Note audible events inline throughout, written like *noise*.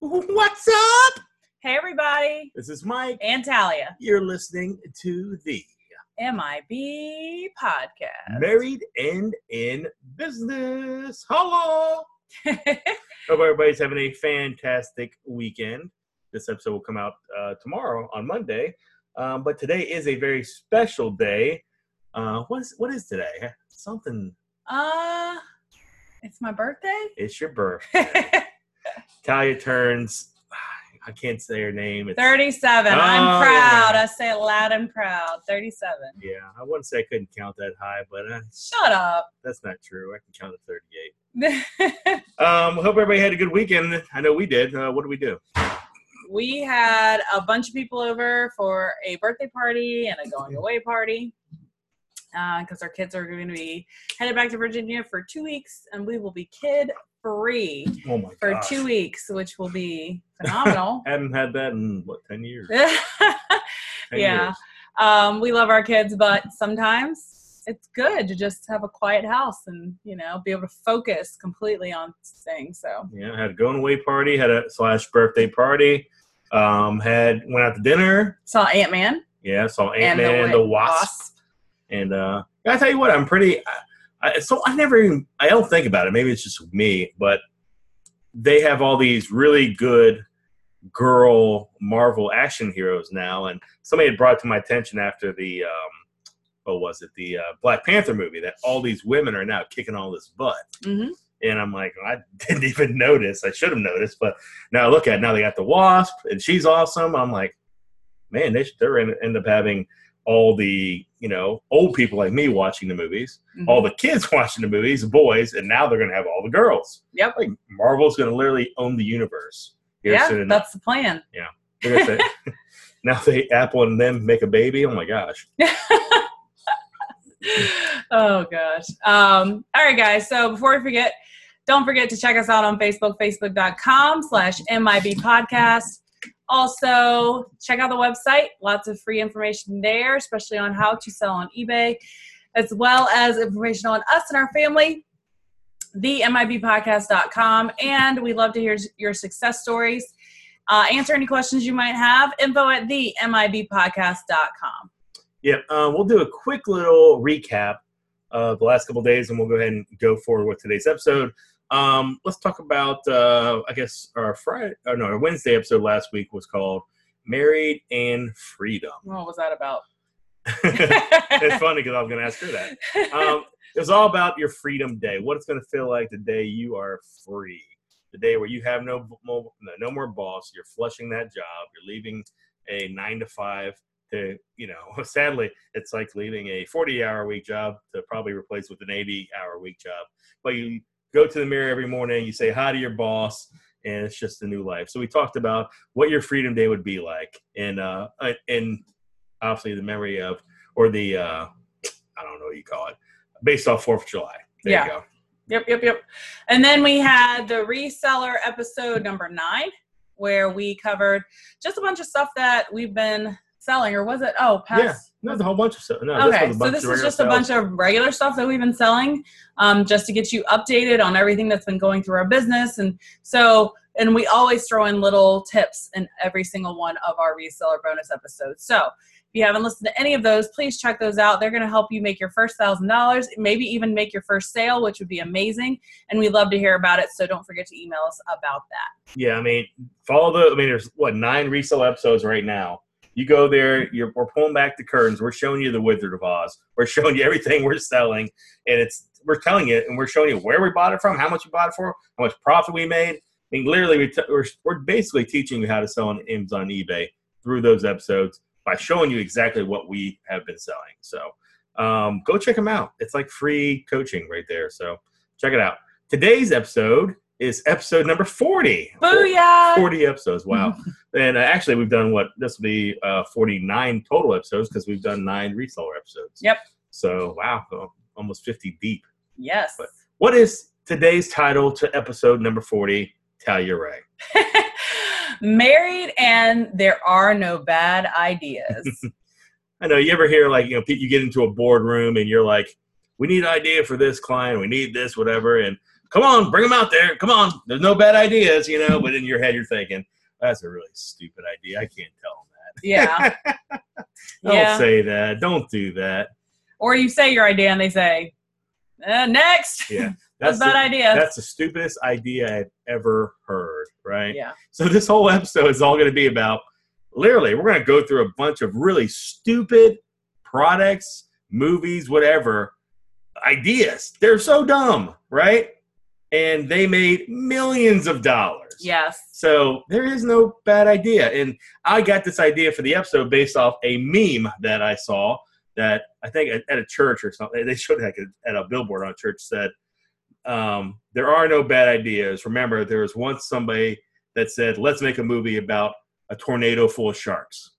What's up? Hey, everybody, This is Mike. and Talia, You're listening to the MIB Podcast. *laughs* Married and in Business. Hello. That's Hope everybody's having a fantastic weekend. This episode will come out uh, tomorrow on Monday, um, but today is a very special day. Uh, what is what is today? Something. uh, it's my birthday. It's your birth. *laughs* Talia turns. I can't say her name. It's, 37. Oh, I'm proud. yeah. I say it loud and proud. 37. Yeah, I wouldn't say I couldn't count that high, but uh, Shut up. *laughs* that's not true. I can count to thirty-eight. Um, hope everybody had a good weekend. I know we did. Uh, what did we do? we had a bunch of people over for a birthday party and a going away party because our kids are going to be headed back to Virginia for two weeks and we will be kid free. Oh my for two weeks, which will be *laughs* phenomenal. *laughs* Haven't had that in what ten years? 10 Yeah. years. um, we love our kids, but sometimes it's good to just have a quiet house and you know be able to focus completely on things. So Yeah. Had a going away party. Had a slash birthday party. Um, had went out to dinner. saw Ant Man Yeah. Saw Ant and the, Man and the Wa- Wasp. And uh, I tell you what, I'm pretty. I, I, so I never. Even, I don't think about it. Maybe it's just me, but they have all these really good girl Marvel action heroes now, and somebody had brought to my attention after the um, what was it, the uh, Black Panther movie, that all these women are now kicking all this butt. Mhm. And I'm like, I *laughs* didn't even notice. I should have noticed, but now I look at it, now they got the Wasp, and she's awesome. I'm like, man, they should, they're going to end up having all the you know old people like me watching the movies, Mhm. all the kids *laughs* watching the movies, the boys, and now they're going to have all the girls. Yep. like Marvel's going to literally own the universe. here yeah, soon enough. that's the plan. They're gonna say- *laughs* now they Apple and them make a baby. Oh my gosh. oh gosh. Um, all right, guys. So before we forget, don't forget to check us out on Facebook, facebook.com slash MIB podcast. Also, check out the website. Lots of free information there, especially on how to sell on eBay, as well as information on us and our family, the MIBpodcast.com. And we love to hear your success stories. Uh, answer any questions you might have. Info at the MIBpodcast.com. Yeah, um, we'll do a quick little recap of the last couple days, and we'll go ahead and go forward with today's episode. Um, let's talk about, uh, I guess, our Friday, or no, our Wednesday episode last week was called "Married and Freedom." *laughs* What was that about? it's funny because I was going to ask her that. Um, it was all about your freedom day. What it's going to feel like the day you are free, the day where you have no mo- no, no more boss. You're flushing that job. You're leaving a nine to five to you know. *laughs* Sadly, it's like leaving a forty hour week job to probably replace with an eighty hour week job. But you go to the mirror every morning. You say hi to your boss. And it's just a new life. So we talked about what your freedom day would be like, and uh, and obviously the memory of or the uh, I don't know what you call it, based off Fourth of July. There Yeah. you go. Yep, yep, yep. And then we had the reseller episode number nine, where we covered just a bunch of stuff that we've been selling, or was it? Oh, past. No, there's a whole bunch of stuff. No, Oh, this okay, was a so bunch of this is regular just a sales. bunch of regular stuff that we've been selling, um, just to get you updated on everything that's been going through our business. And so, and we always throw in little tips in every single one of our reseller bonus episodes. So. If you haven't listened to any of those, please check those out. They're going to help you make your first thousand dollars, maybe even make your first sale, which would be amazing. And we'd love to hear about it. So don't forget to email us about that. Yeah, I mean, follow the. I mean, there's what nine resale episodes right now. You go there, you're, we're pulling back the curtains. We're showing you the Wizard of Oz. We're showing you everything we're selling, and it's we're telling you, and we're showing you where we bought it from, how much we bought it for, how much profit we made. I mean, literally, we t- we're we're basically teaching you how to sell on Amazon, eBay through those episodes by showing you exactly what we have been selling. So, um, go check them out. It's like free coaching right there. So, check it out. Today's episode is episode number forty. Booyah! 40 episodes. *laughs* Wow. and uh, actually, we've done what? This will be uh, 49 total episodes because we've done nine reseller episodes. Yep. So, wow, so almost 50 deep. Yes. *laughs* But- What is today's title to episode number 40? Telluride. Married and there are no bad ideas. I know you ever hear like, you know, you get into a boardroom and you're like, we need an idea for this client, we need this, whatever. And come on, bring them out there. Come on. There's no bad ideas, you know, but in your head, you're thinking, that's a really stupid idea. I can't tell *laughs* Yeah. them that. Don't Yeah. say that. Don't do that. Or you say your idea and they say, uh, next. Yeah. That's a the, bad idea. That's the stupidest idea I've ever heard, right? yeah. So this whole episode is all going to be about literally we're going to go through a bunch of really stupid products, movies, whatever ideas. They're so dumb, right? And they made millions of dollars. Yes. *laughs* So there is no bad idea. And I got this idea for the episode based off a meme that I saw that I think at- at a church or something. They showed like a- at a billboard on a church said, um, "There are no bad ideas." Remember, there was once somebody that said, "Let's make a movie about a tornado full of sharks."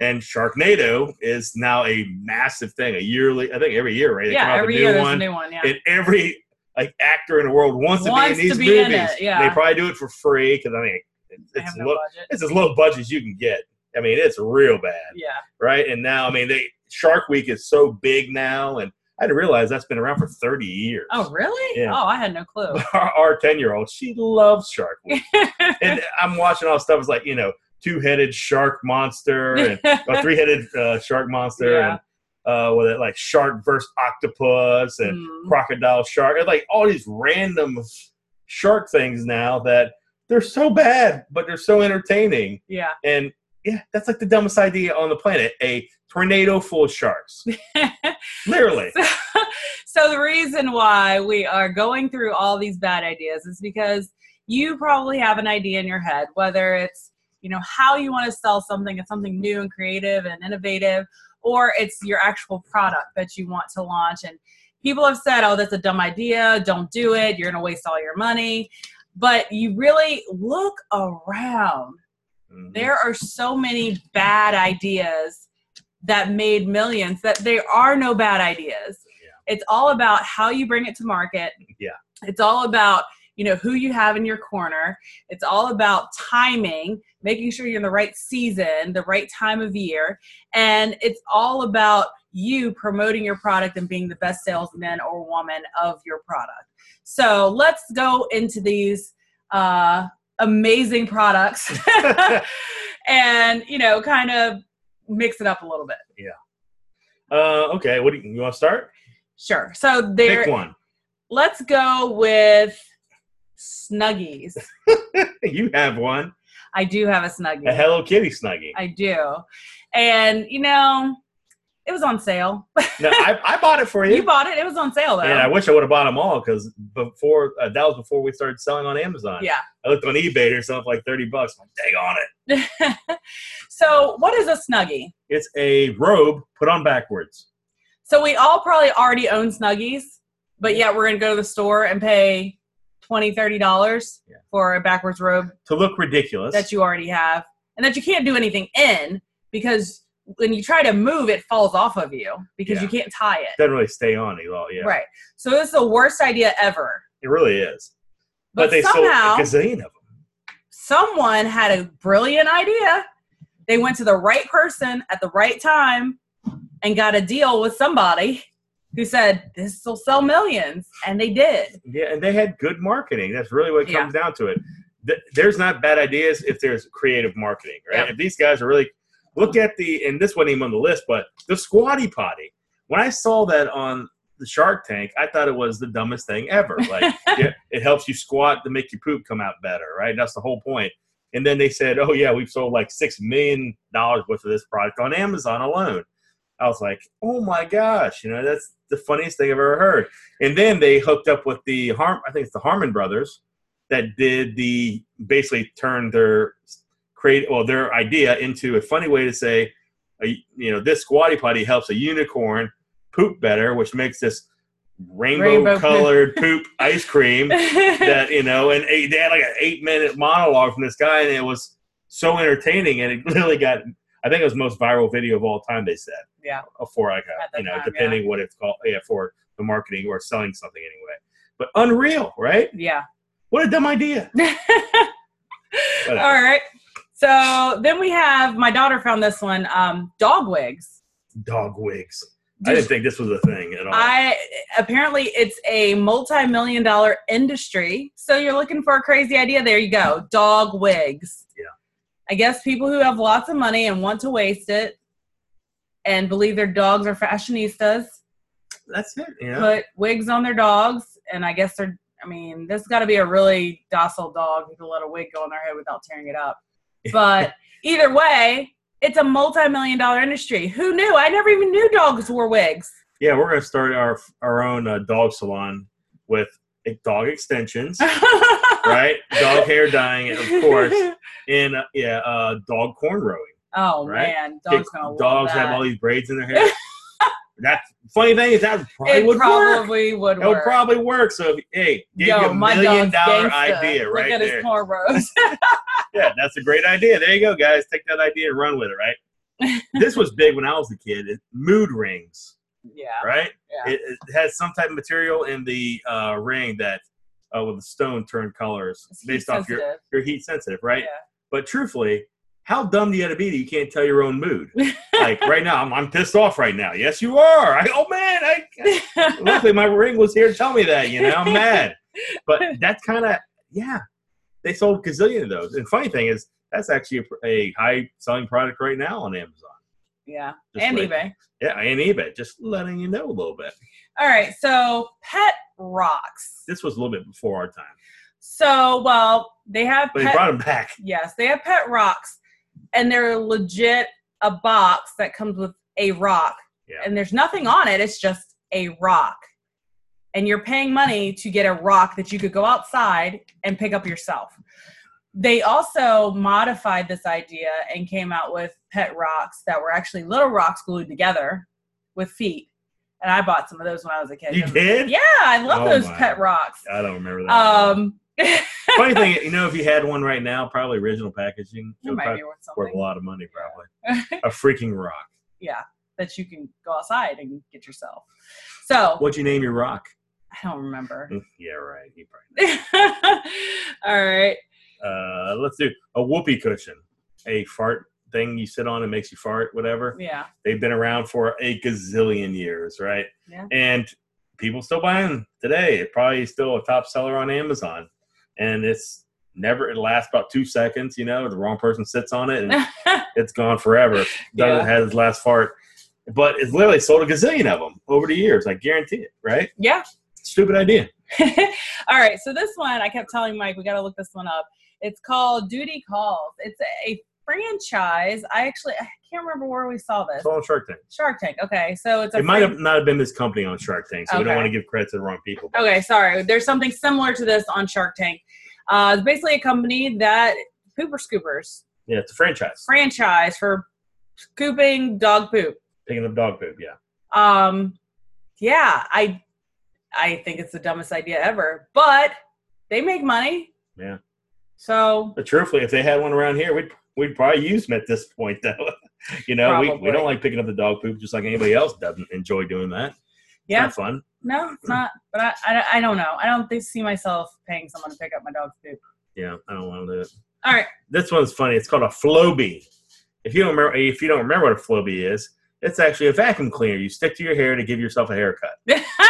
And Sharknado is now a massive thing, a yearly. I think every year, right? They come yeah. out with Every a year new there's one a new one. Yeah. and every like actor in the world wants to Wants be in to these be in movies. it, yeah. They probably do it for free because I mean, it- They it's have no low, budget. it's as low budget as you can get. I mean, it's real bad, Yeah. right? And now, I mean, they Shark Week is so big now, and I didn't realize that's been around for thirty years. *laughs* Oh, really? Yeah. Oh, I had no clue. Our- Our ten-year-old, she loves Shark *laughs* Week, and I'm watching all the stuff. It's like you know, two-headed shark *laughs* monster and a three-headed uh, shark monster, Yeah. and uh, with it like shark versus octopus, and Mm. crocodile shark, and, like all these random shark things now that they're so bad, but they're so entertaining. Yeah. And yeah, that's like the dumbest idea on the planet. A tornado full of *laughs* sharks. Literally. So, so the reason why we are going through all these bad ideas is because you probably have an idea in your head, whether it's you know how you want to sell something, it's something new and creative and innovative, or it's your actual product that you want to launch. And people have said, "Oh, that's a dumb idea. Don't do it. You're going to waste all your money." But you really look around Mm-hmm. there are so many bad ideas that made millions that there are no bad ideas it's all about how you bring it to market Yeah. it's all about you know who you have in your corner it's all about timing making sure you're in the right season the right time of year and it's all about you promoting your product and being the best salesman or woman of your product so let's go into these uh, amazing products *laughs* and you know kind of mix it up a little bit uh, okay, what do you, you want to start? sure so there Pick one. *laughs* let's go with snuggies You have one. i do have a A *laughs* snuggie Hello Kitty Snuggie. i do and you know it was on sale No, I, I bought it for you. *laughs* you bought it it was on sale though and I wish I would have bought them all because before uh, that was before we started selling on Amazon. yeah I looked on eBay or something like thirty bucks. I'm like, dang on it. so what is a snuggie It's a robe put on backwards. so we all probably already own snuggies but yet we're gonna go to the store and pay 20 30 dollars Yeah. for a backwards robe to look ridiculous. that you already have and that you can't do anything in because when you try to move it falls off of you because you can't tie it doesn't really stay on at all. Yeah, right so this is the worst idea ever it really is. But, but, they somehow sold a gazillion of them. someone had a brilliant idea they went to the right person at the right time and got a deal with somebody who said this will sell millions and they did Yeah, and they had good marketing. That's really what it Yeah. comes down to it. Th- There's not bad ideas if there's creative marketing, right? Yep. If these guys are really look at the and this wasn't even on the list, but the squatty potty. When I saw that on the Shark Tank, I thought it was the dumbest thing ever. Like yeah, it helps you squat to make your poop come out better, right? That's the whole point. And then they said, "Oh yeah, we've sold like six million dollars worth of this product on Amazon alone." I was like, "Oh my gosh!" You know, that's the funniest thing I've ever heard. And then they hooked up with the Harm, I think it's the Harmon brothers, that did the basically turned their create well their idea into a funny way to say, a, you know, this squatty potty helps a unicorn poop better, which makes this Rainbow rainbow colored *laughs* poop ice cream that you know, and eight, they had like an eight minute monologue from this guy, and it was so entertaining, and it *laughs* really got. I think it was the most viral video of all time. They said, *laughs* Yeah. Uh, for like At a, the you know, time, depending what it's called, yeah, for the marketing or selling something anyway. But unreal, right? yeah What a dumb *laughs* idea. Whatever. all right so then we have my daughter found this one um, dog wigs Dog wigs. I didn't think this was a thing at all. I apparently it's a multi-million dollar industry. So you're looking for a crazy idea. There you go. Dog wigs. Yeah. I guess people who have lots of money and want to waste it and believe their dogs are fashionistas That's it. Yeah. put wigs on their dogs and I guess they're I mean, this gotta be a really docile dog who can let a wig go on their head without tearing *laughs* it up. But either way, it's a multi-million dollar industry. Who knew? I never even knew dogs wore wigs. yeah, we're gonna start our our own uh, dog salon with uh, dog *laughs* extensions, right? Dog hair dyeing, of course, *laughs* and uh, yeah, uh, dog cornrowing. Oh Right? man, dogs Kick- gonna love dogs that. have all these braids in their *laughs* hair. that funny thing is that probably It would work. probably would It would work. probably work. So if, hey, give Yo, you a my million dog's dollar gangsta. idea Look right at there. his cornrows. *laughs* Yeah, that's a great idea. There you go, guys. Take that idea and run with it. Right. *laughs* this was big when I was a kid. It- Mood rings. yeah, right? yeah. It, it has some type of material in the uh, ring that uh, with the stone turn colors It's heat based off your, sensitive. your heat sensitive, right? Yeah. But truthfully, how dumb do you have to be that you can't tell your own *laughs* mood? like right now, I'm, I'm pissed off right now. Yes, you are. I, oh man, I, *laughs* luckily my ring was here to tell me that. You know, I'm mad. But that's kind of yeah. They sold a gazillion of those. And funny thing is, that's actually a, pr- a high selling product right now on Amazon. yeah, Just and like- eBay. Yeah, and eBay. Just letting you know a little bit. All right, so pet rocks. this was a little bit before our time, So, well, they have but pet he brought him back. Yes, they have pet rocks, and they're legit a box that comes with a rock, Yeah. and there's nothing on it. It's just a rock, and you're paying money to get a rock that you could go outside and pick up yourself. They also modified this idea and came out with pet rocks that were actually little rocks glued together with feet. And I bought some of those when I was a kid. You did? Yeah, I love Oh those my. pet rocks. I don't remember that. Um, it Funny thing, you know, if you had one right now, probably original *laughs* packaging, it would might be probably worth worth a something. lot of money, probably. A freaking rock. *laughs* that you can go outside and get yourself. So What'd you name your rock? I don't remember. Mm, yeah, right. You probably. *laughs* All right. Uh, let's do a whoopee cushion, a fart thing you sit on and makes you fart, whatever. Yeah. They've been around for a gazillion years, right? Yeah. And people still buy them today. It probably is still a top seller on Amazon. And it's never, it lasts about two seconds, you know, the wrong person sits on it and *laughs* it's gone forever. Yeah. Doesn't have his last fart. But it's literally sold a gazillion of them over the years. I guarantee it, right? Yeah. *laughs* Stupid idea. All right. So this one, I kept telling Mike, we got to look this one up. It's called Duty Calls. It's a franchise. I actually I can't remember where we saw this. It's all on Shark Tank. Shark Tank. Okay. So it's a Oh. It might fran- have not have been this company on Shark Tank, so we don't Okay. want to give credit to the wrong people. Okay, sorry. There's something similar to this on Shark Tank. Uh, it's basically a company that pooper scoopers Yeah, it's a franchise. franchise for scooping dog poop. Picking up dog poop, yeah. Um, yeah, I I think it's the dumbest idea ever, but they make money. Yeah. So But truthfully, if they had one around here, we'd we'd probably use them at this point, *laughs* though. you know, we, we Probably. don't like picking up the dog poop, just like anybody else doesn't enjoy doing that. It's yeah, not fun. no, it's not. But I, I, I don't know. I don't think, see myself paying someone to pick up my dog's poop. Yeah, I don't want to do it. All right. This one's funny. It's called a Floby. If you don't remember, if you don't remember what a Floby is, it's actually a vacuum cleaner. You stick to your hair to give yourself a haircut.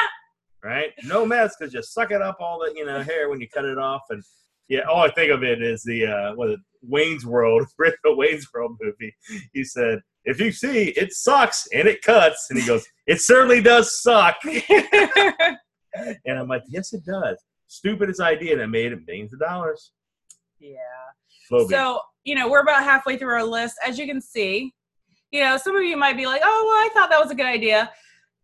*laughs* right? No mess because you suck it up all the you know hair when you cut it off, and yeah, all I think of it is the uh, what is it, Wayne's World, *laughs* the Wayne's World movie. He said, "If you see it sucks and it cuts," and he goes, "It certainly does suck," *laughs* and I'm like, "Yes, it does." Stupidest idea that made it millions of dollars. yeah. Floby. So, you know, we're about halfway through our list. As you can see, you know, some of you might be like, oh, well, I thought that was a good idea.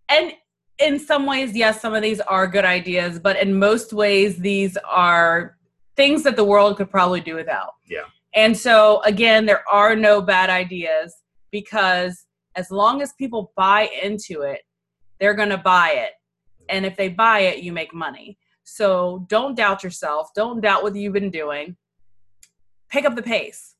And in some ways, yes, some of these are good ideas, but in most ways, these are things that the world could probably do without. Yeah. And so, again, there are no bad ideas because as long as people buy into it, they're going to buy it. And if they buy it, you make money. So don't doubt yourself. Don't doubt what you've been doing pick up the pace.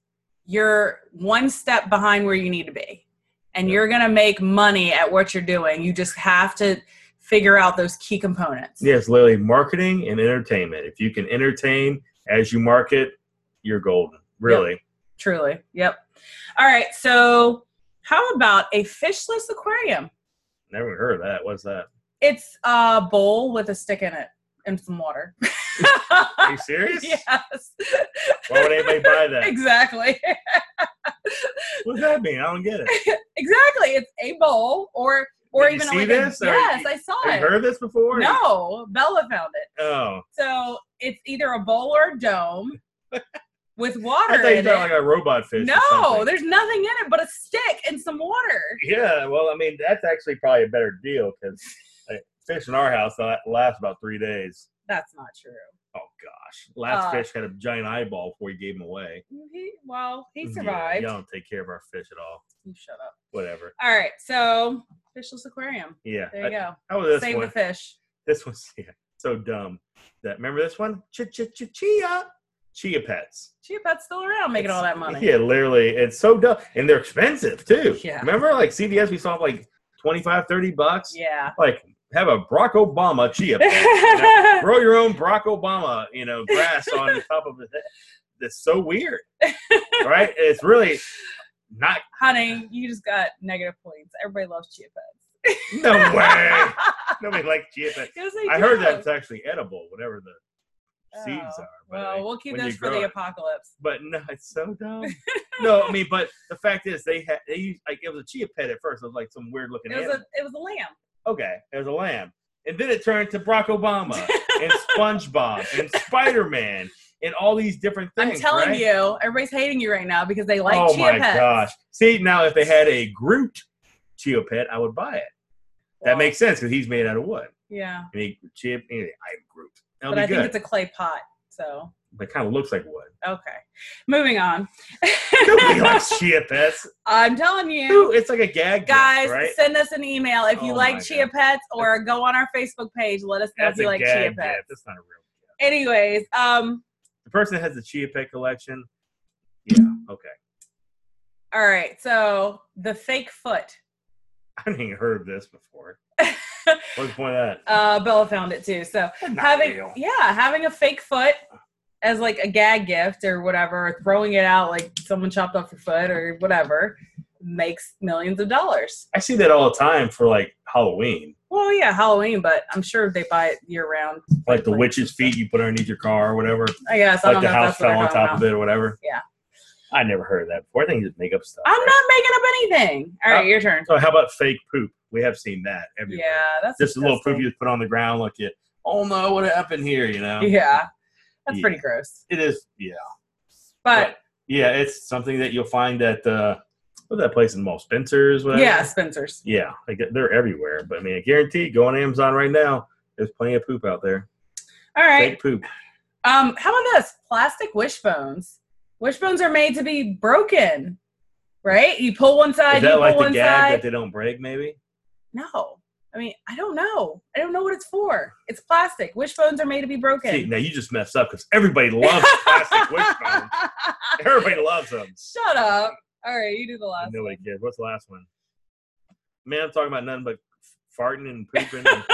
You're one step behind where you need to be, and you're going to make money at what you're doing. You just have to figure out those key components. yeah, it's literally marketing and entertainment. If you can entertain as you market, you're golden. Really. Truly. Yep. All right. So, how about a fishless aquarium? Never even heard of that. What's that? It's a bowl with a stick in it and some water. Are *laughs* you serious? yes, Why would anybody buy *laughs* that? exactly. What does that mean? I don't get it. Exactly. It's a bowl or or Did you even see like this, a, or yes, you- I saw Have it. *laughs* you heard this before? No, Bella found it. Oh. So it's either a bowl or *laughs* a dome with I water thought you in it. thought like a robot fish. or no, something. there's nothing in it but a stick and some water. Yeah, well, I mean, that's actually probably a better deal because like, fish in our house la- lasts about three days. That's not true. Oh gosh, last Uh, fish had a giant eyeball before he gave him away. He, well, he Yeah, survived. y'all don't take care of our fish at all. You shut up. Whatever. All right, so fishless aquarium. Yeah. There you I- go. How was this Save one? the fish. This one's *laughs* yeah, so dumb. That remember this one? Chia chia chia chia chia pets. Gee, that's still around making It's- all *laughs* that money. Yeah, literally. It's so dumb. And they're expensive too. Yeah. Remember like CVS we saw like 25, 30 bucks? Yeah. Like have a Barack Obama chia pet. *laughs* you know? Grow your own Barack Obama, you know, grass on the top of his head. That's so weird. right? It's really not Honey, you just got negative points. Everybody loves chia pets. no *laughs* way. Nobody likes chia pets. Yes, they I heard do. that it's actually edible, whatever the seeds Oh, are. But Well, like, we'll keep when you those for grow the it- apocalypse. But no, *laughs* it's so *laughs* dumb. no, I mean, but the fact is, they had they used like it was a chia pet at first. It was like some weird looking It was animal. a it was a lamb. okay, there's a lamb, and then it turned to Barack Obama *laughs* and SpongeBob and Spider Man and all these different I'm things. telling right? you, everybody's hating you right now because they like oh chia my pets. gosh! See, now if they had a Groot chia pet, I would buy it. Well, that makes sense because he's made out of wood. yeah. And he chia, anyway, I'm Groot. That'll But be I good. think it's a clay pot. So but it kind of looks like wood. okay, moving on. Nobody *laughs* likes chia pets. I'm telling you. Ooh, it's like a gag, gift, Guys, right? send us an email if you Oh my like chia God. pets or go on our Facebook page. Let us know That's if you a like gag chia gift. pets. That's not a real gift. Anyways, um, The person that has the chia pet collection, yeah, okay. *laughs* all right. So the fake foot. I haven't even heard of this *laughs* before. What's the point of that? Uh, Bella found it too. So Not having real. yeah, having a fake foot as like a gag gift or whatever, or throwing it out like someone chopped off your foot or whatever makes millions of dollars. I see that all the time for like Halloween, Well, yeah, Halloween, but I'm sure they buy it year round. like the witch's feet you put underneath your car or whatever, I guess I like don't the know house if that's what fell they're on talking top about. of it or whatever. Yeah. I never heard of that before. I think you just make up stuff. I'm right? not making up anything. All right, Uh, your turn. So how about fake poop? We have seen that everywhere. Yeah, that's Just a little poop disgusting. you put on the ground, like you. Oh no, what happened here? You know. Yeah, that's Yeah. pretty gross. It is. Yeah. But Yeah, it's something that you'll find at uh, what's that place in Mall Spencer's? Whatever. yeah, Spencer's. Yeah, like they're everywhere. But I mean, I guarantee, go on Amazon right now. There's plenty of poop out there. All right. Fake poop. Um, how about this? Plastic wishbones. Wishbones are made to be broken, right? You pull one side, Is Uh, you that pull like the one gag side. that they don't break? Maybe. No. I mean, I don't know. I don't know what it's for. It's plastic. Wishbones are made to be broken. See, now you just messed up because everybody *laughs* loves plastic wishbones. Everybody loves them. Shut up. All right, you do the last. Nobody cares. What's the last one? Man, I'm talking about nothing but farting and pooping. *laughs* and-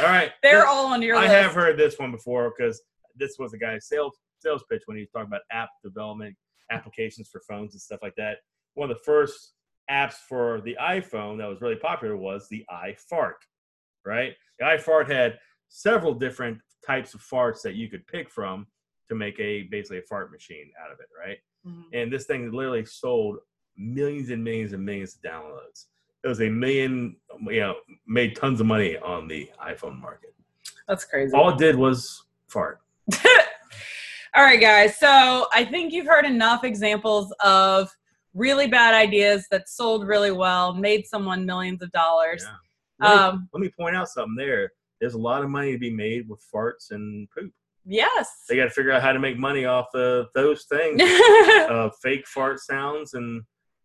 all right. They're this- all on your I list. have heard this one before because this was the guy's sales sales pitch when he was talking about app development applications for phones and stuff like that. One of the first apps for the iPhone that was really popular was the iFart, right? The iFart had several different types of farts that you could pick from to make a basically a fart machine out of it, right? Mhm. and this thing literally sold millions and millions and millions of downloads. It was a million, you know, made tons of money on the iPhone market. That's crazy. All it did was fart. All right, guys. So I think you've heard enough examples of really bad ideas that sold really well, made someone millions of dollars. Yeah. Let, me, Um, let me point out something there. There's a lot of money to be made with farts and poop. yes. They got to figure out how to make money off of those things, *laughs* uh, fake fart sounds and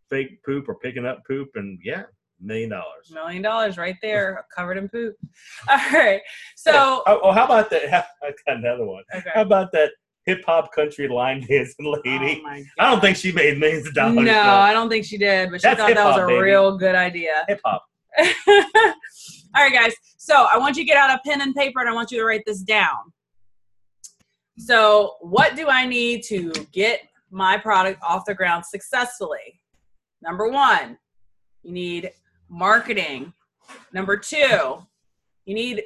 fake poop or picking up poop, and yeah, million dollars. Million dollars right there, covered in poop. *laughs* All Yeah. right. So, oh, oh, how about that? *laughs* I got another one. okay. How about that hip hop country line dancing *laughs* lady? Oh my I don't God. think she made millions of dollars. No, I don't think she did, but she That's thought that was a hip-hop, baby. real good idea. Hip hop. All right, guys. So I want you to get out a pen and paper and I want you to write this down. So, what do I need to get my product off the ground successfully? Number one, you need marketing. Number two, you need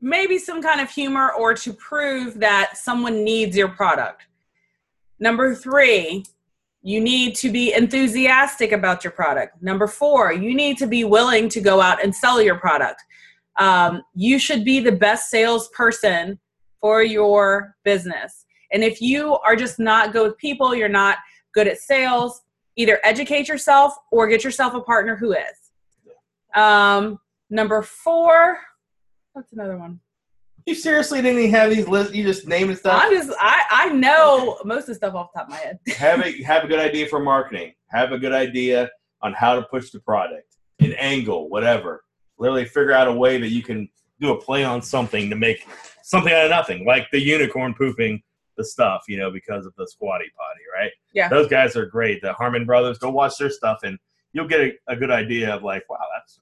maybe some kind of humor or to prove that someone needs your product. Number three, you need to be enthusiastic about your product. Number four, you need to be willing to go out and sell your product. Um, you should be the best salesperson for your business. And if you are just not good with people, you're not good at sales, either educate yourself or get yourself a partner who is. Um, number four, what's another one? You seriously didn't even have these lists. You just naming stuff. I just I, I know most of the stuff off the top of my head. have a have a good idea for marketing. Have a good idea on how to push the product, an angle, whatever. Literally figure out a way that you can do a play on something to make something out of nothing, like the unicorn pooping the stuff, you know, because of the squatty potty, right? Yeah. Those guys are great. The Harmon brothers, go watch their stuff and you'll get a, a good idea of like, wow, that's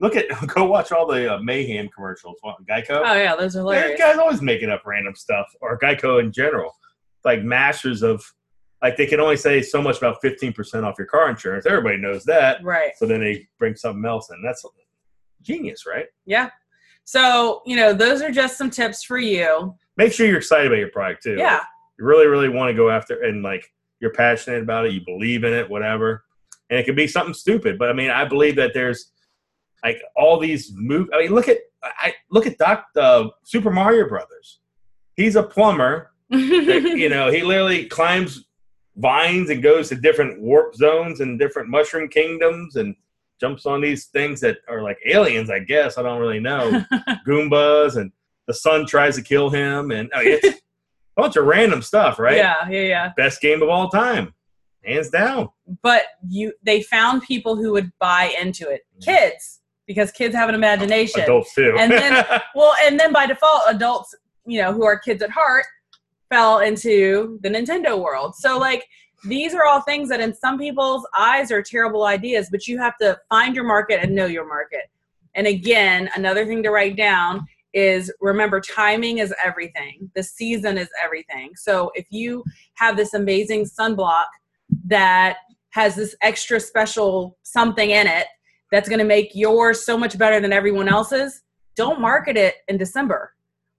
look at *laughs* go watch all the uh, mayhem commercials on Geico. Oh yeah, those are These hilarious. guys always making up random stuff, or Geico in general, like masters of, like they can only say so much about fifteen percent off your car insurance. Everybody knows that, Right. so then they bring something else in. That's genius, right? Yeah. So, you know, those are just some tips for you. Make sure you're excited about your product too. Yeah. you really, really want to go after, and like you're passionate about it, you believe in it, whatever. And it could be something stupid, but I mean, I believe that there's like all these move. I mean, look at I look at Doc uh, Super Mario Brothers. He's a plumber that, you know, he literally climbs vines and goes to different warp zones and different mushroom kingdoms and jumps on these things that are like aliens, I guess. I don't really *laughs* know. Goombas and the sun tries to kill him and I mean, *laughs* it's a bunch of random stuff, right? Yeah, yeah, yeah. Best game of all time. Hands down. But you they found people who would buy into it. Kids, because kids have an imagination. Mm. Adults too. And then- *laughs* Well, and then by default, adults, you know, who are kids at heart fell into the Nintendo world. So like these are all things that in some people's eyes are terrible ideas, but you have to find your market and know your market. And again, another thing to write down is remember timing is everything. The season is everything. So if you have this amazing sunblock that has this extra special something in it that's going to make yours so much better than everyone else's, don't market it in December,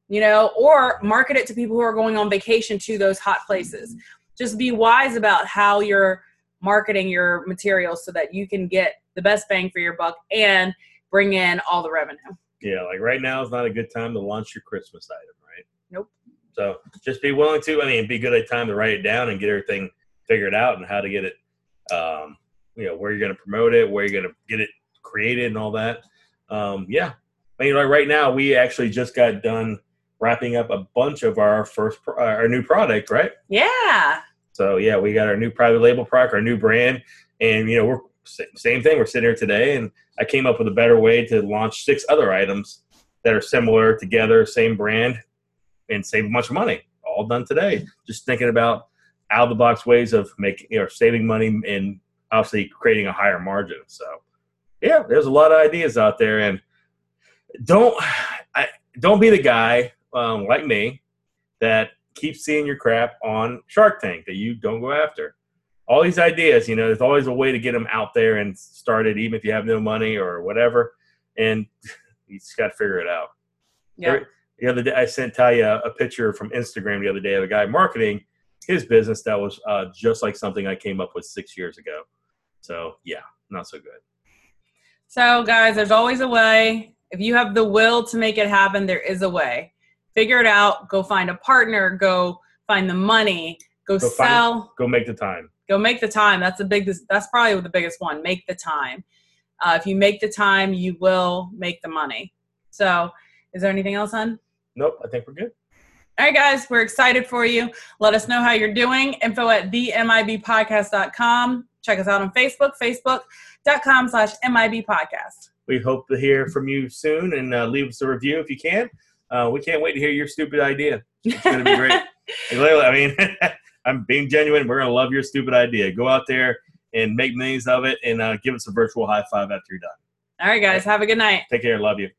you know, or market it to people who are going on vacation to those hot places. Just be wise about how you're marketing your materials so that you can get the best bang for your buck and bring in all the revenue. yeah, like right now is not a good time to launch your Christmas item, right? Nope. So just be willing to. I mean, be good at time to write it down and get everything figured out and how to get it. Um, you know, where you're going to promote it, where you're going to get it created, and all that. Um, yeah, I mean, like right now we actually just got done wrapping up a bunch of our first pro- our new product, right? Yeah. So yeah, we got our new private label product, our new brand, and you know we're sa- same thing. We're sitting here today, and I came up with a better way to launch six other items that are similar together, same brand, and save a bunch of money. All done today. Just thinking about out of the box ways of making or saving money and obviously creating a higher margin. So yeah, there's a lot of ideas out there, and don't I, don't be the guy um, like me that keep seeing your crap on Shark Tank that you don't go after. All these ideas, you know, there's always a way to get them out there and started, even if you have no money or whatever. And *laughs* you just got to figure it out. Yeah. The other day, I sent Talia a picture from Instagram the other day of a guy marketing his business that was uh, just like something I came up with six years ago. So, yeah, not so good. So, guys, there's always a way. If you have the will to make it happen, there is a way. Figure it out. Go find a partner. Go find the money. Go, Go find- sell. Go make the time. go make the time that's the big that's probably the biggest one make the time uh, if you make the time you will make the money so is there anything else on Nope, I think we're good. all right guys we're excited for you let us know how you're doing info at themibpodcast.com check us out on facebook facebook.com slash mib podcast We hope to hear from you soon and uh, leave us a review if you can. Uh, we can't wait to hear your stupid idea. It's going to be great. Like, literally, I mean, *laughs* I'm being genuine. We're gonna love your stupid idea. Go out there and make millions of it, and uh, give us a virtual high five after you're done. *laughs* all right guys have a good night Take care. Love you.